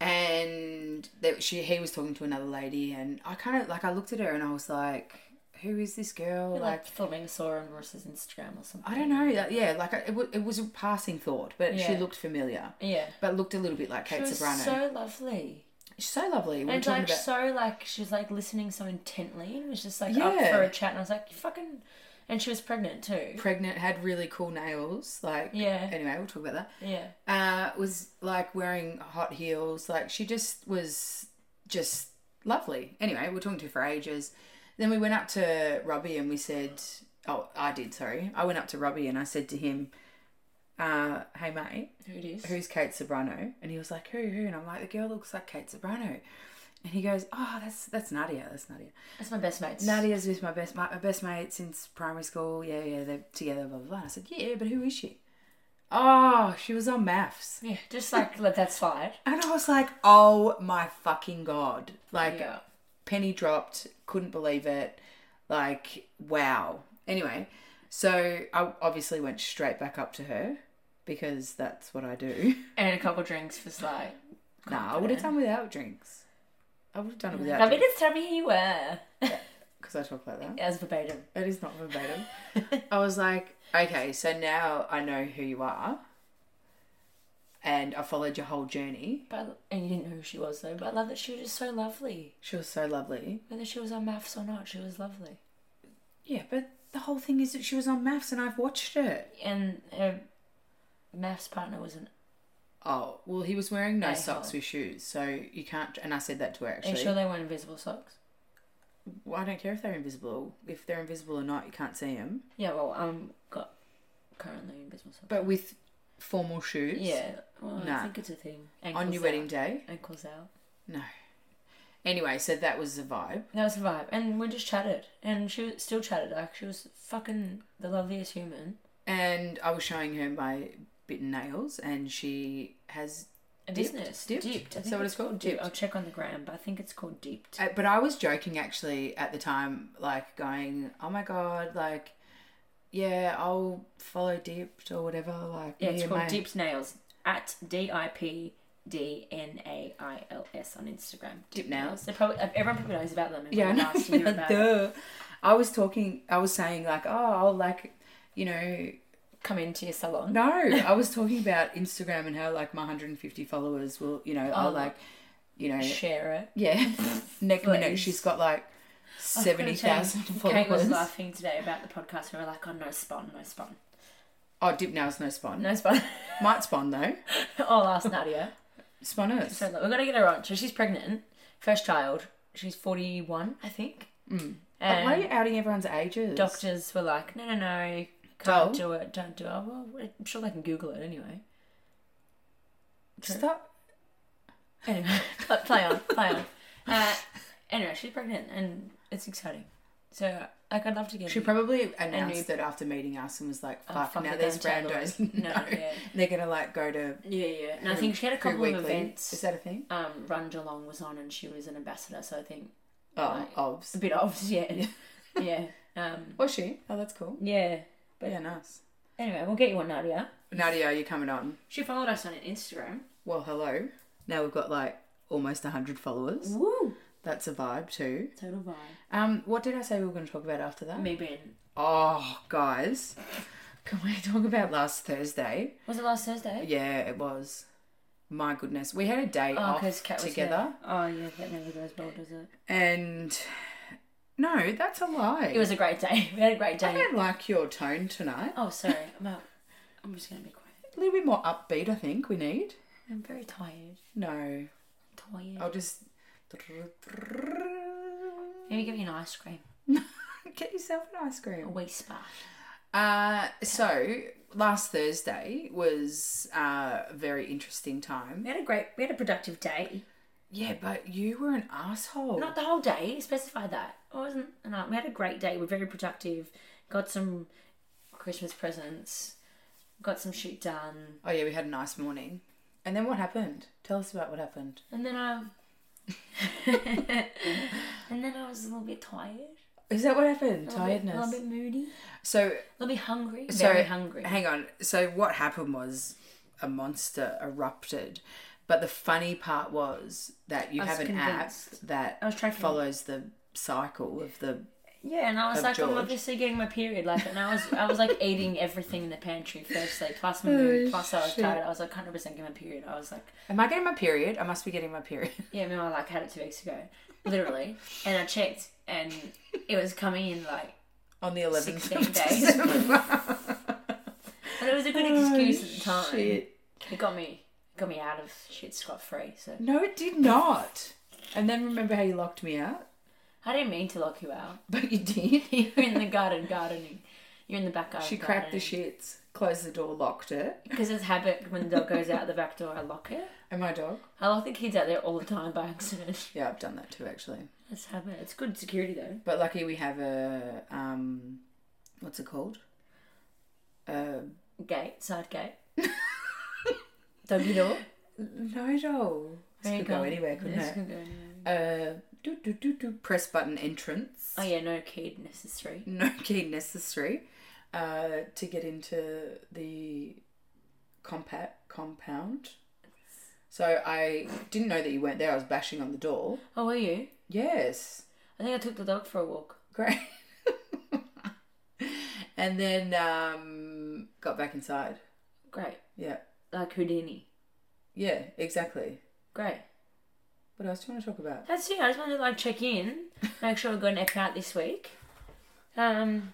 [SPEAKER 1] And that she he was talking to another lady, and I kind of like I looked at her and I was like, "Who is this girl?"
[SPEAKER 2] like,
[SPEAKER 1] Like,
[SPEAKER 2] filming saw on Ross's Instagram or something.
[SPEAKER 1] I don't know. Like, yeah, like it, w- it was a passing thought, but she
[SPEAKER 2] Yeah.
[SPEAKER 1] looked familiar,
[SPEAKER 2] Yeah.
[SPEAKER 1] but looked a little bit like
[SPEAKER 2] She
[SPEAKER 1] Kate
[SPEAKER 2] was
[SPEAKER 1] Sobrano.
[SPEAKER 2] so lovely.
[SPEAKER 1] She's so lovely. We were
[SPEAKER 2] And
[SPEAKER 1] talking
[SPEAKER 2] like
[SPEAKER 1] about
[SPEAKER 2] so like she was like listening so intently and was just like up
[SPEAKER 1] Yeah.
[SPEAKER 2] for a chat and I was like, You fucking and she was pregnant too.
[SPEAKER 1] pregnant, had really cool nails. Like,
[SPEAKER 2] Yeah.
[SPEAKER 1] Anyway, we'll talk about that.
[SPEAKER 2] Yeah.
[SPEAKER 1] uh, was like wearing hot heels. Like she just was just lovely. Anyway, we we're talking to her for ages. Then we went up to Robbie and we said, "Oh, I did. Sorry, I went up to Robbie and I said to him, uh, "Hey, mate,
[SPEAKER 2] Who it is.
[SPEAKER 1] who's Kate Sobrano?" And he was like, "Who? Who?" And I'm like, "The girl looks like Kate Sobrano." And he goes, "Oh, that's that's Nadia. That's Nadia.
[SPEAKER 2] That's my best mates.
[SPEAKER 1] Nadia's with my best my, my best mate since primary school. Yeah, yeah, they're together. Blah blah." blah. And I said, "Yeah, but who is she?" Oh, she was on maths.
[SPEAKER 2] yeah, just like let that slide.
[SPEAKER 1] And I was like, oh my fucking god. Like,
[SPEAKER 2] Yeah.
[SPEAKER 1] penny dropped, couldn't believe it. Like, wow. Anyway, so I obviously went straight back up to her because that's what I do.
[SPEAKER 2] And a couple drinks was like
[SPEAKER 1] Nah, I would have done without drinks. I would have done it without
[SPEAKER 2] I mean, just tell me who you were.
[SPEAKER 1] because I talk like that.
[SPEAKER 2] As verbatim.
[SPEAKER 1] That is not verbatim. I was like, okay, so now I know who you are, and I followed your whole journey.
[SPEAKER 2] But I, and you didn't know who she was though. But I love that she was just so lovely.
[SPEAKER 1] She was so lovely.
[SPEAKER 2] Whether she was on maths or not, she was lovely.
[SPEAKER 1] Yeah, but the whole thing is that she was on maths, and I've watched it.
[SPEAKER 2] And her maths partner was an.
[SPEAKER 1] Oh well, he was wearing no
[SPEAKER 2] Hey,
[SPEAKER 1] socks
[SPEAKER 2] ho.
[SPEAKER 1] with shoes, so you can't. And I said that to her
[SPEAKER 2] Are you
[SPEAKER 1] actually.
[SPEAKER 2] sure they weren't invisible socks?
[SPEAKER 1] Well, I don't care if they're invisible. If they're invisible or not, you can't see them.
[SPEAKER 2] Yeah. Well, I'm got currently invisible socks.
[SPEAKER 1] But with formal shoes,
[SPEAKER 2] yeah. Well,
[SPEAKER 1] Nah.
[SPEAKER 2] I think it's a thing.
[SPEAKER 1] on
[SPEAKER 2] Ankles
[SPEAKER 1] your wedding
[SPEAKER 2] out.
[SPEAKER 1] day,
[SPEAKER 2] Ankles out.
[SPEAKER 1] no. Anyway, so that was the vibe.
[SPEAKER 2] That was the vibe, and we just chatted, and she was- still chatted. Like she was fucking the loveliest human.
[SPEAKER 1] and I was showing her my bitten nails, and she has.
[SPEAKER 2] A
[SPEAKER 1] Dipped?
[SPEAKER 2] business.
[SPEAKER 1] Dipped?
[SPEAKER 2] Dipped. I
[SPEAKER 1] Is
[SPEAKER 2] think
[SPEAKER 1] that what
[SPEAKER 2] it's
[SPEAKER 1] it's called?
[SPEAKER 2] called Dipped.
[SPEAKER 1] Dipped.
[SPEAKER 2] I'll check on the gram, but I think it's called Dipped.
[SPEAKER 1] uh, But I was joking actually at the time, like going, "Oh my god, like, yeah, I'll follow Dipped or whatever." Like,
[SPEAKER 2] Yeah,
[SPEAKER 1] me
[SPEAKER 2] it's
[SPEAKER 1] and
[SPEAKER 2] called
[SPEAKER 1] my-
[SPEAKER 2] Dipped Nails at D I P D N A I L S on Instagram.
[SPEAKER 1] Dipped Nails.
[SPEAKER 2] They probably uh, everyone probably knows about them.
[SPEAKER 1] Yeah, I
[SPEAKER 2] Everyone
[SPEAKER 1] know.
[SPEAKER 2] Last year about it.
[SPEAKER 1] Duh. I was talking. I was saying like, "Oh, I'll like." You know,
[SPEAKER 2] come into your salon.
[SPEAKER 1] no, I was talking about Instagram and how like my 150 followers will, you know, I'll
[SPEAKER 2] Oh.
[SPEAKER 1] like, you know,
[SPEAKER 2] Share it.
[SPEAKER 1] yeah, neck and neck.
[SPEAKER 2] Please.
[SPEAKER 1] She's got like
[SPEAKER 2] I've gotta
[SPEAKER 1] seventy thousand
[SPEAKER 2] change.
[SPEAKER 1] followers.
[SPEAKER 2] Kate was laughing today about the podcast. We were like, "Oh no, spawn, no spawn,
[SPEAKER 1] Oh, dip nails, no spawn.
[SPEAKER 2] no spawn."
[SPEAKER 1] Might spawn though.
[SPEAKER 2] All asked Nadia.
[SPEAKER 1] Spawn us.
[SPEAKER 2] So look, we're gonna get her on. So she's pregnant, first child. She's forty-one, I think.
[SPEAKER 1] Mm. But
[SPEAKER 2] And
[SPEAKER 1] why are you outing everyone's ages?
[SPEAKER 2] doctors were like, "No, no, no, can't
[SPEAKER 1] Oh.
[SPEAKER 2] do it. Don't do it." Well, I'm sure they can Google it anyway.
[SPEAKER 1] Stop.
[SPEAKER 2] Anyway, pl- play on, play on. Uh, anyway, she's pregnant and it's exciting. So, like, I'd love to get
[SPEAKER 1] She
[SPEAKER 2] a-
[SPEAKER 1] probably announced
[SPEAKER 2] we-
[SPEAKER 1] that after meeting us and was like,
[SPEAKER 2] Oh,
[SPEAKER 1] fuck,
[SPEAKER 2] fuck,
[SPEAKER 1] now
[SPEAKER 2] they're
[SPEAKER 1] these
[SPEAKER 2] going to
[SPEAKER 1] randos.
[SPEAKER 2] Tabloid.
[SPEAKER 1] No.
[SPEAKER 2] No, yeah.
[SPEAKER 1] They're going to like go to.
[SPEAKER 2] yeah, yeah. And I think she had a
[SPEAKER 1] Crew
[SPEAKER 2] couple of
[SPEAKER 1] Weekly. Is
[SPEAKER 2] events.
[SPEAKER 1] that a thing?
[SPEAKER 2] Um, Run Geelong was on and she was an ambassador, so I think
[SPEAKER 1] Oh,
[SPEAKER 2] Right.
[SPEAKER 1] obs.
[SPEAKER 2] it's a bit obvious, yeah. yeah. Um,
[SPEAKER 1] Was she? Oh, that's cool.
[SPEAKER 2] yeah. But-
[SPEAKER 1] Yeah, nice.
[SPEAKER 2] Anyway, we'll get you on Nadia.
[SPEAKER 1] Nadia, you're coming on.
[SPEAKER 2] She followed us on Instagram.
[SPEAKER 1] Well, hello. Now we've got like almost 100 followers.
[SPEAKER 2] Woo!
[SPEAKER 1] That's a vibe too.
[SPEAKER 2] Total vibe.
[SPEAKER 1] Um, What did I say we were going to talk about after that?
[SPEAKER 2] Me being.
[SPEAKER 1] Oh, guys. Can we talk about last Thursday?
[SPEAKER 2] Was it last Thursday?
[SPEAKER 1] Yeah, it was. My goodness. We had a day
[SPEAKER 2] Oh, because
[SPEAKER 1] off
[SPEAKER 2] Kat was
[SPEAKER 1] together.
[SPEAKER 2] here. Oh, yeah, that never goes well, does it?
[SPEAKER 1] And no, that's a lie.
[SPEAKER 2] It was a great day. We had a great
[SPEAKER 1] I
[SPEAKER 2] day.
[SPEAKER 1] don't like your tone tonight.
[SPEAKER 2] Oh, sorry. I'm out. I'm just gonna be quiet.
[SPEAKER 1] A little bit more upbeat, I think we need.
[SPEAKER 2] I'm very tired.
[SPEAKER 1] No,
[SPEAKER 2] Tired.
[SPEAKER 1] I'll just.
[SPEAKER 2] Maybe give me an ice cream.
[SPEAKER 1] Get yourself an ice
[SPEAKER 2] A
[SPEAKER 1] cream.
[SPEAKER 2] wee spa.
[SPEAKER 1] Uh, so last Thursday was uh, a very interesting time.
[SPEAKER 2] We had a great. We had a productive day.
[SPEAKER 1] Yeah, but you were an asshole.
[SPEAKER 2] Not the whole day. Specify that. It wasn't. No, we had a great day. We're very productive. Got some Christmas presents. Got some shit done.
[SPEAKER 1] Oh yeah, we had a nice morning. And then what happened? Tell us about what happened.
[SPEAKER 2] And then I. and then I was a little bit tired.
[SPEAKER 1] Is that what happened?
[SPEAKER 2] A little bit- A
[SPEAKER 1] Tiredness.
[SPEAKER 2] little bit moody.
[SPEAKER 1] So
[SPEAKER 2] A little bit hungry.
[SPEAKER 1] so
[SPEAKER 2] Very hungry.
[SPEAKER 1] Hang on. So what happened was a monster erupted. But the funny part was that you
[SPEAKER 2] I was
[SPEAKER 1] have an
[SPEAKER 2] convinced.
[SPEAKER 1] app
[SPEAKER 2] I was
[SPEAKER 1] that
[SPEAKER 2] tracking it.
[SPEAKER 1] follows the cycle of the
[SPEAKER 2] Yeah, and I was
[SPEAKER 1] of
[SPEAKER 2] like, I'm
[SPEAKER 1] George.
[SPEAKER 2] obviously getting my period, like, and I was, I was like eating everything in the pantry firstly, plus my mood, plus I was
[SPEAKER 1] Oh, shit.
[SPEAKER 2] tired. I was like, hundred percent getting my period. I was like,
[SPEAKER 1] Am I getting my period? I must be getting my period.
[SPEAKER 2] yeah, remember I like had it two weeks ago, literally, and I checked, and it was coming in like,
[SPEAKER 1] On the eleventh
[SPEAKER 2] 16 days. and it was a good
[SPEAKER 1] Oh,
[SPEAKER 2] excuse at the time. It got me, got me out of shit scot free. So
[SPEAKER 1] No, it did not. And then remember how you locked me out?
[SPEAKER 2] I didn't mean to lock you out.
[SPEAKER 1] But you did.
[SPEAKER 2] You're in the garden, gardening. You're in the back garden.
[SPEAKER 1] She cracked the shits, closed the door, locked it.
[SPEAKER 2] because it's habit when the dog goes out the back door, I lock it.
[SPEAKER 1] And my dog?
[SPEAKER 2] I lock the kids out there all the time by accident.
[SPEAKER 1] Yeah, I've done that too actually.
[SPEAKER 2] That's habit. It's good security though.
[SPEAKER 1] But lucky we have a um, what's it called? Uh,
[SPEAKER 2] Gate, side gate. Doggy door.
[SPEAKER 1] no doll. This
[SPEAKER 2] There
[SPEAKER 1] could
[SPEAKER 2] you
[SPEAKER 1] go anywhere, couldn't
[SPEAKER 2] This
[SPEAKER 1] it?
[SPEAKER 2] could go anywhere.
[SPEAKER 1] Uh, do do do do. Press button entrance.
[SPEAKER 2] Oh yeah, no kid necessary.
[SPEAKER 1] No key necessary. Uh, to get into the compat compound. So I didn't know that you weren't there. I was bashing on the door.
[SPEAKER 2] Oh, were you?
[SPEAKER 1] Yes.
[SPEAKER 2] I think I took the dog for a walk.
[SPEAKER 1] Great. and then um, got back inside.
[SPEAKER 2] Great.
[SPEAKER 1] Yeah.
[SPEAKER 2] Like Houdini.
[SPEAKER 1] Yeah, exactly.
[SPEAKER 2] Great.
[SPEAKER 1] What else do you want to talk about?
[SPEAKER 2] That's it. I just wanted to like check in, make sure we got an ep out this week. Um,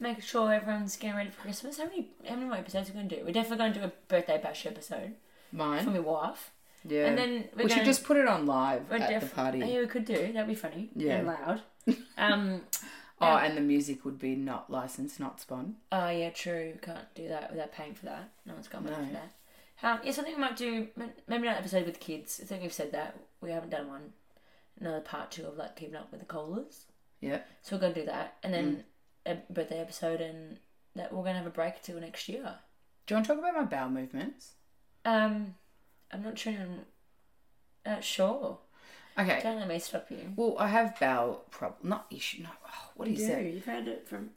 [SPEAKER 2] make sure everyone's getting ready for Christmas. How many how many more episodes are we gonna do? We're definitely gonna do a birthday bash episode for
[SPEAKER 1] Mine.
[SPEAKER 2] my wife,
[SPEAKER 1] Yeah.
[SPEAKER 2] and then we're
[SPEAKER 1] we
[SPEAKER 2] gonna,
[SPEAKER 1] should just put it on live
[SPEAKER 2] we're
[SPEAKER 1] at
[SPEAKER 2] def-
[SPEAKER 1] the party.
[SPEAKER 2] Oh, Yeah, we could do. That'd be funny.
[SPEAKER 1] Yeah.
[SPEAKER 2] And loud. um.
[SPEAKER 1] Oh, and the music would be not licensed, not spun.
[SPEAKER 2] Oh yeah, true. We Can't do that without paying for that. No one's got money
[SPEAKER 1] No.
[SPEAKER 2] for that. Um, yeah, something we might do. m- Maybe not an episode with kids. I think we've said that. We haven't done one. Another part two of like keeping up with the colas.
[SPEAKER 1] Yeah.
[SPEAKER 2] So we're gonna do that, and then
[SPEAKER 1] Mm.
[SPEAKER 2] a birthday episode, and that we're gonna have a break till next year.
[SPEAKER 1] Do you want to talk about my bowel movements?
[SPEAKER 2] Um, I'm not sure. I'm uh, sure.
[SPEAKER 1] Okay.
[SPEAKER 2] Don't let me stop you.
[SPEAKER 1] Well, I have bowel problem, not issue. No, oh, what is it? I
[SPEAKER 2] You've had it from.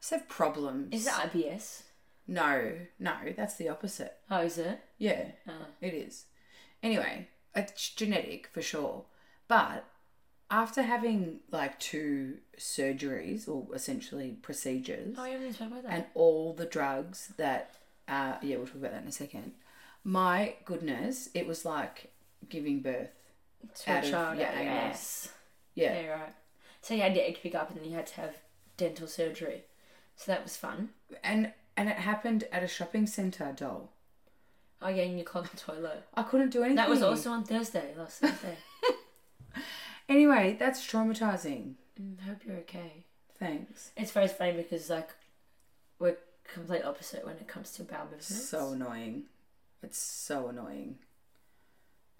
[SPEAKER 1] just have problems.
[SPEAKER 2] Is it IBS?
[SPEAKER 1] No, no, that's the opposite.
[SPEAKER 2] Oh, is it? Oh.
[SPEAKER 1] Yeah, it is. Anyway, it's genetic for sure. But after having like two surgeries or essentially procedures
[SPEAKER 2] Oh, you haven't even spoken about that.
[SPEAKER 1] and all the drugs that, uh, yeah, we'll talk about that in a second. My goodness, it was like giving birth.
[SPEAKER 2] to a
[SPEAKER 1] out of
[SPEAKER 2] child
[SPEAKER 1] your
[SPEAKER 2] at
[SPEAKER 1] anus.
[SPEAKER 2] IBS.
[SPEAKER 1] Yeah,
[SPEAKER 2] Yeah, right. So you had your egg pick up, and then you had to have dental surgery. So that was fun.
[SPEAKER 1] and and it happened at a shopping centre, doll.
[SPEAKER 2] Oh yeah, and you clogged the toilet.
[SPEAKER 1] I couldn't do anything.
[SPEAKER 2] That was also on Thursday, last Thursday.
[SPEAKER 1] Anyway, that's traumatizing.
[SPEAKER 2] Mm, hope you're okay.
[SPEAKER 1] Thanks.
[SPEAKER 2] It's very funny because like we're complete opposite when it comes to bowel movements.
[SPEAKER 1] So annoying. It's so annoying.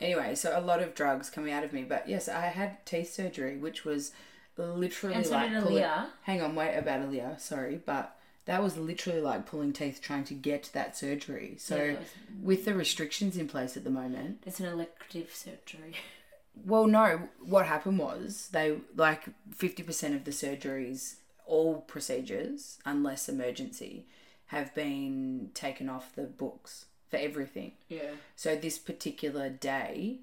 [SPEAKER 1] Anyway, so a lot of drugs coming out of me, but yes, I had teeth surgery, which was literally
[SPEAKER 2] And so
[SPEAKER 1] like
[SPEAKER 2] did
[SPEAKER 1] pulling-
[SPEAKER 2] Aaliyah.
[SPEAKER 1] hang on, wait about Aaliyah, sorry, but that was literally like pulling teeth trying to get that surgery. So
[SPEAKER 2] Yeah, that was-
[SPEAKER 1] with the restrictions in place at the moment,
[SPEAKER 2] it's an elective surgery.
[SPEAKER 1] Well, no. What happened was they like fifty percent of the surgeries, all procedures, unless emergency, have been taken off the books for everything.
[SPEAKER 2] Yeah.
[SPEAKER 1] So this particular day,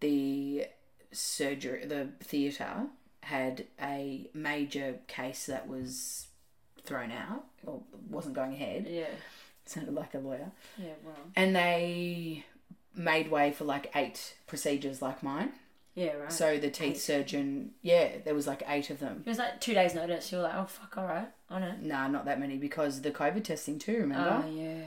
[SPEAKER 1] the surgery, the theatre had a major case that was thrown out or wasn't going ahead.
[SPEAKER 2] Yeah.
[SPEAKER 1] Sounded like a lawyer,
[SPEAKER 2] Yeah. Well.
[SPEAKER 1] and they made way for like eight procedures like mine.
[SPEAKER 2] Yeah. Right.
[SPEAKER 1] So the teeth surgeon, yeah, there was like eight of them.
[SPEAKER 2] it was like two days' notice. You were like, oh fuck, all right, on it.
[SPEAKER 1] Nah, not that many because the COVID testing too. Remember,
[SPEAKER 2] Oh yeah.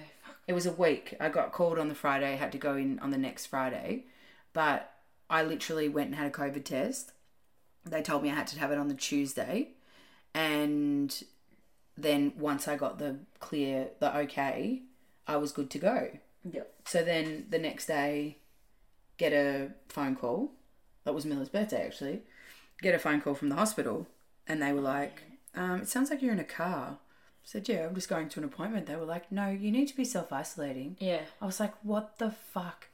[SPEAKER 1] it was a week. I got called on the Friday, had to go in on the next Friday, but I literally went and had a COVID test. They told me I had to have it on the Tuesday, and then once I got the clear, the okay, I was good to go.
[SPEAKER 2] Yep.
[SPEAKER 1] So then the next day, get a phone call. That was Miller's birthday, actually. Get a phone call from the hospital, and they were like, um, "It sounds like you're in a car." I said, "Yeah, I'm just going to an appointment." They were like, "No, you need to be self isolating."
[SPEAKER 2] Yeah.
[SPEAKER 1] I was like, "What the fuck?"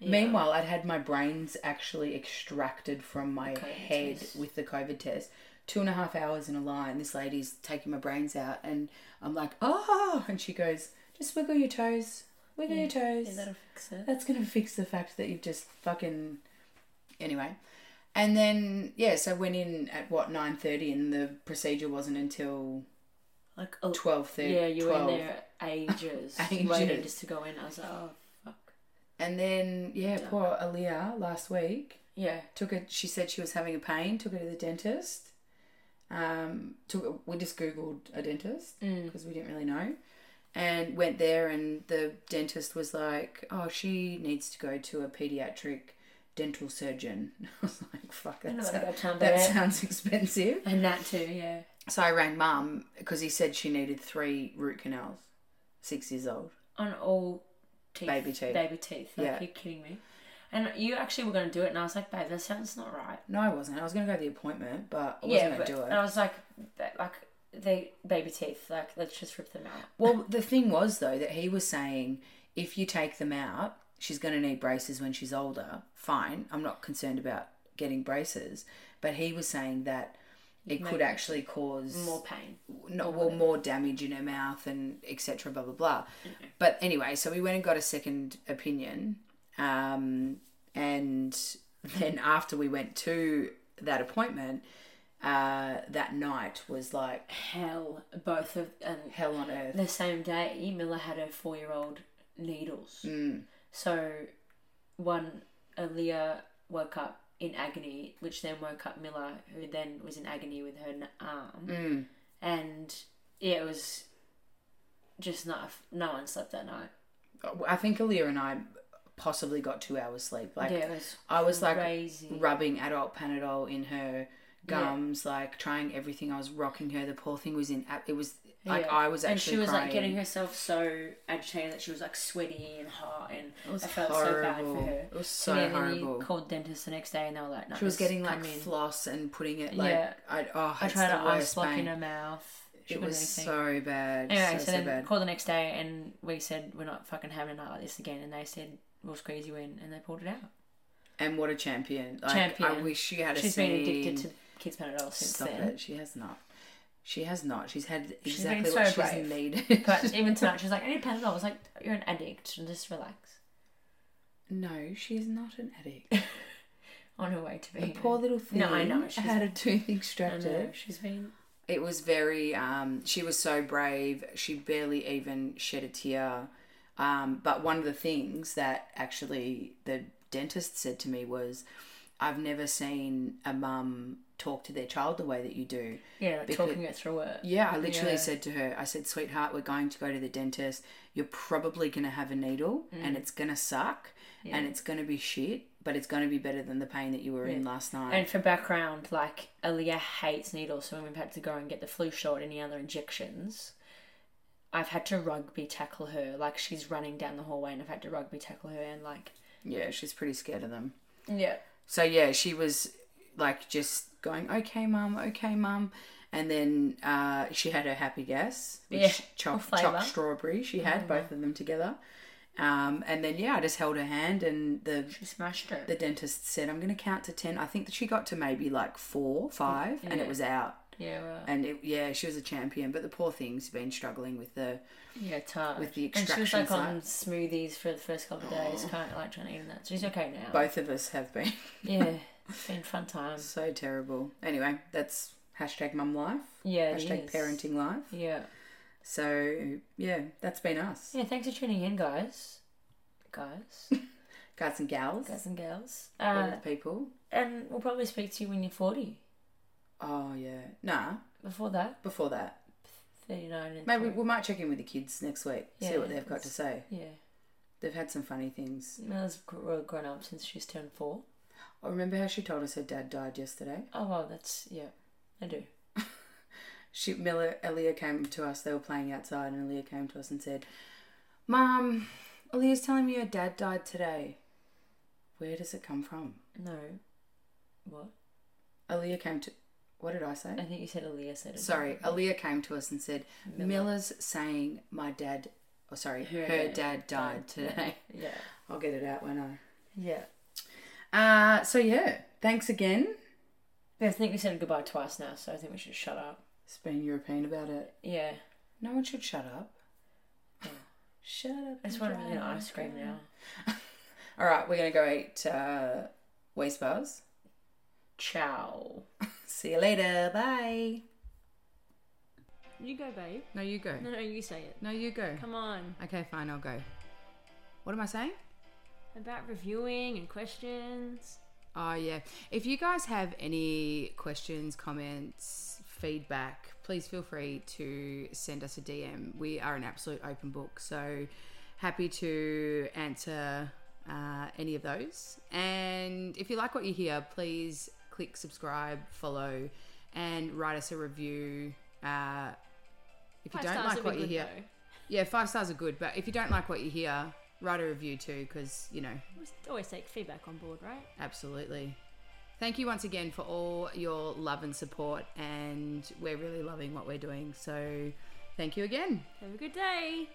[SPEAKER 1] Meanwhile, I'd had my brains actually extracted from my
[SPEAKER 2] COVID
[SPEAKER 1] head
[SPEAKER 2] test.
[SPEAKER 1] with the COVID test. Two and a half hours in a line, this lady's taking my brains out, and I'm like, "Oh!" And she goes, "Just wiggle your toes, wiggle your toes."
[SPEAKER 2] Yeah, that'll fix it.
[SPEAKER 1] That's gonna fix the fact that you've just fucking anyway. And then yeah, so went in at what nine thirty, and the procedure wasn't until
[SPEAKER 2] Like oh,
[SPEAKER 1] twelve thirty.
[SPEAKER 2] Yeah, you
[SPEAKER 1] 12.
[SPEAKER 2] were in there ages,
[SPEAKER 1] Ages.
[SPEAKER 2] waiting just to go in. I was like, oh fuck.
[SPEAKER 1] And then yeah, poor Aaliyah last week
[SPEAKER 2] Yeah.
[SPEAKER 1] took it. She said she was having a pain. Took her to the dentist. Um, took we just googled a dentist
[SPEAKER 2] Mm.
[SPEAKER 1] because we didn't really know, and went there, and the dentist was like, "Oh, she needs to go to a pediatric dental surgeon." I was like, "Fuck, that,
[SPEAKER 2] I don't know
[SPEAKER 1] sounds-
[SPEAKER 2] about time
[SPEAKER 1] that
[SPEAKER 2] that.
[SPEAKER 1] sounds expensive."
[SPEAKER 2] And that too. Yeah.
[SPEAKER 1] So I rang mum because he said she needed three root canals, six years old.
[SPEAKER 2] on all teeth,
[SPEAKER 1] Baby teeth.
[SPEAKER 2] baby teeth. Like,
[SPEAKER 1] Yeah.
[SPEAKER 2] you're kidding me. And you actually were going to do it, and I was like, babe, that sounds not right.
[SPEAKER 1] No, I wasn't. I was going to go to the appointment, but I wasn't
[SPEAKER 2] yeah,
[SPEAKER 1] going
[SPEAKER 2] but,
[SPEAKER 1] to do it.
[SPEAKER 2] and I was like, "Ba- like they baby teeth, like let's just rip them out.
[SPEAKER 1] Well, the thing was though that he was saying if you take them out, she's going to need braces when she's older. Fine, I'm not concerned about getting braces, but he was saying that it could actually cause
[SPEAKER 2] more pain.
[SPEAKER 1] no, well, more damage in her mouth and etc. Blah blah blah. But anyway, so we went and got a second opinion, um, and then after we went to that appointment, uh, that night was like
[SPEAKER 2] Hell, both of and
[SPEAKER 1] hell on earth.
[SPEAKER 2] the same day, Miller had her four-year-old needles.
[SPEAKER 1] Mm.
[SPEAKER 2] So, one Aaliyah woke up in agony, which then woke up Miller, who then was in agony with her n- arm,
[SPEAKER 1] Mm.
[SPEAKER 2] and yeah, it was just not. No one slept that night.
[SPEAKER 1] I think Aaliyah and I possibly got two hours sleep. Like
[SPEAKER 2] Yeah, it was
[SPEAKER 1] I was like
[SPEAKER 2] crazy.
[SPEAKER 1] rubbing adult Panadol in her gums, like trying everything. I was rocking her. The poor thing was in. It was like
[SPEAKER 2] Yeah.
[SPEAKER 1] I was actually.
[SPEAKER 2] and she was
[SPEAKER 1] crying.
[SPEAKER 2] like getting herself so agitated that she was like sweaty and hot, and
[SPEAKER 1] It was
[SPEAKER 2] I felt so bad for
[SPEAKER 1] horrible.
[SPEAKER 2] her.
[SPEAKER 1] It was so
[SPEAKER 2] yeah, and then you
[SPEAKER 1] horrible.
[SPEAKER 2] called dentist the next day, and they were like, no,
[SPEAKER 1] She was
[SPEAKER 2] just
[SPEAKER 1] getting
[SPEAKER 2] come
[SPEAKER 1] like
[SPEAKER 2] in.
[SPEAKER 1] floss and putting it like
[SPEAKER 2] Yeah.
[SPEAKER 1] I oh
[SPEAKER 2] I
[SPEAKER 1] it's
[SPEAKER 2] tried
[SPEAKER 1] the
[SPEAKER 2] to ice
[SPEAKER 1] worst
[SPEAKER 2] block
[SPEAKER 1] pain.
[SPEAKER 2] in her mouth. She
[SPEAKER 1] It
[SPEAKER 2] couldn't
[SPEAKER 1] was
[SPEAKER 2] do anything.
[SPEAKER 1] so bad,
[SPEAKER 2] Anyway,
[SPEAKER 1] so,
[SPEAKER 2] so,
[SPEAKER 1] so
[SPEAKER 2] then
[SPEAKER 1] bad.
[SPEAKER 2] called the next day and we said we're not fucking having a night like this again, and they said we'll squeeze you in, and they pulled it out.
[SPEAKER 1] And what a champion! Like, I
[SPEAKER 2] Champion.
[SPEAKER 1] wish she had a
[SPEAKER 2] She's been addicted
[SPEAKER 1] scene.
[SPEAKER 2] to kids Panadol since
[SPEAKER 1] Stop
[SPEAKER 2] then.
[SPEAKER 1] it! She has not. She has not. She's had
[SPEAKER 2] been
[SPEAKER 1] exactly what
[SPEAKER 2] so
[SPEAKER 1] she's
[SPEAKER 2] brave.
[SPEAKER 1] needed.
[SPEAKER 2] But even tonight, she's like, I need Panadol. I was like, you're an addict, and just relax.
[SPEAKER 1] no, she is not an addict.
[SPEAKER 2] On her way to being.
[SPEAKER 1] Poor little thing.
[SPEAKER 2] No, I know, she's-
[SPEAKER 1] Had a tooth
[SPEAKER 2] I know,
[SPEAKER 1] extracted.
[SPEAKER 2] she's been.
[SPEAKER 1] It was very. Um, she was so brave. She barely even shed a tear. Um, but one of the things that actually the dentist said to me was, "I've never seen a mum talk to their child the way that you do."
[SPEAKER 2] Yeah, like
[SPEAKER 1] Because-
[SPEAKER 2] talking it through it.
[SPEAKER 1] Yeah, I literally
[SPEAKER 2] Yeah.
[SPEAKER 1] said to her, "I said, sweetheart, we're going to go to the dentist. You're probably gonna have a needle,
[SPEAKER 2] Mm.
[SPEAKER 1] and it's gonna suck, and it's gonna be shit, but it's gonna be better than the pain that you were in last night."
[SPEAKER 2] And for background, like Aaliyah hates needles, so when we've had to go and get the flu shot or any other injections, I've had to rugby tackle her. Like she's running down the hallway, and I've had to rugby tackle her, and like
[SPEAKER 1] yeah, she's pretty scared of them.
[SPEAKER 2] yeah,
[SPEAKER 1] So yeah, she was like just going, "Okay, mum, okay, mum," and then uh, she had her happy gas, which
[SPEAKER 2] Yeah, Mm. or
[SPEAKER 1] choc,
[SPEAKER 2] flavour.
[SPEAKER 1] choc strawberry. She had both of them together, um, and then yeah, I just held her hand, and the
[SPEAKER 2] she smashed it.
[SPEAKER 1] the dentist said, "I'm going to count to ten. I think that she got to maybe like four, five, and it
[SPEAKER 2] Yeah.
[SPEAKER 1] was out.
[SPEAKER 2] yeah, well,
[SPEAKER 1] And it, yeah, she was a champion, but the poor thing's been struggling with the
[SPEAKER 2] yeah, tart.
[SPEAKER 1] with the
[SPEAKER 2] and she was
[SPEAKER 1] extractions
[SPEAKER 2] like on smoothies for the first couple of days, kind of like trying to eat that. So she's okay now.
[SPEAKER 1] both of us have been
[SPEAKER 2] Yeah, it's been fun time.
[SPEAKER 1] so terrible. Anyway, that's hashtag mum life,
[SPEAKER 2] Yeah, it
[SPEAKER 1] hashtag
[SPEAKER 2] is.
[SPEAKER 1] parenting life.
[SPEAKER 2] Yeah,
[SPEAKER 1] So yeah, that's been us,
[SPEAKER 2] yeah. Thanks for tuning in, guys, guys,
[SPEAKER 1] guys and gals,
[SPEAKER 2] guys and girls.
[SPEAKER 1] all
[SPEAKER 2] Uh,
[SPEAKER 1] the people.
[SPEAKER 2] and we'll probably speak to you when you're forty.
[SPEAKER 1] Oh yeah, nah.
[SPEAKER 2] Before that,
[SPEAKER 1] Before that,
[SPEAKER 2] 39 and
[SPEAKER 1] maybe we might check in with the kids next week, see
[SPEAKER 2] Yeah,
[SPEAKER 1] what they've got to say.
[SPEAKER 2] Yeah.
[SPEAKER 1] They've had some funny things.
[SPEAKER 2] Mel's gr- well, grown up since she's turned four.
[SPEAKER 1] I remember how she told us her dad died yesterday.
[SPEAKER 2] Oh, wow, that's, yeah, I do.
[SPEAKER 1] she Miller Aaliyah came to us. They were playing outside, and Aaliyah came to us and said, "Mom, Aaliyah's telling me your dad died today. Where does it come from?"
[SPEAKER 2] No. What?
[SPEAKER 1] Aaliyah came to. What did I say?
[SPEAKER 2] I think you said Aaliyah said it.
[SPEAKER 1] Sorry, Aaliyah came to us and said, "Miller's saying my dad, oh sorry, her, dad, died today."
[SPEAKER 2] Yeah.
[SPEAKER 1] I'll get it out when I.
[SPEAKER 2] Yeah.
[SPEAKER 1] Uh, so yeah, thanks again.
[SPEAKER 2] I think we said goodbye twice now, so I think we should shut up.
[SPEAKER 1] It's been European about it.
[SPEAKER 2] Yeah.
[SPEAKER 1] No one should shut up. Shut up.
[SPEAKER 2] I
[SPEAKER 1] and
[SPEAKER 2] just want to
[SPEAKER 1] drive.
[SPEAKER 2] eat ice cream now.
[SPEAKER 1] All right, we're gonna go eat uh, waste bars.
[SPEAKER 2] Ciao.
[SPEAKER 1] See you later. Bye.
[SPEAKER 2] You go, babe.
[SPEAKER 1] No, you go.
[SPEAKER 2] No, no, you say it.
[SPEAKER 1] No, you go.
[SPEAKER 2] Come on.
[SPEAKER 1] Okay, fine, I'll go. What am I saying?
[SPEAKER 2] About reviewing and questions.
[SPEAKER 1] Oh, yeah. If you guys have any questions, comments, feedback, please feel free to send us a DM. We are an absolute open book, so happy to answer uh, any of those. And if you like what you hear, please click subscribe, follow, and write us a review. Uh, if you don't like what you hear, yeah, five stars are good. But if you don't like what you hear, write a review too, because you know
[SPEAKER 3] always take feedback on board, right?
[SPEAKER 1] Absolutely. Thank you once again for all your love and support, and we're really loving what we're doing. So, thank you again.
[SPEAKER 3] Have a good day.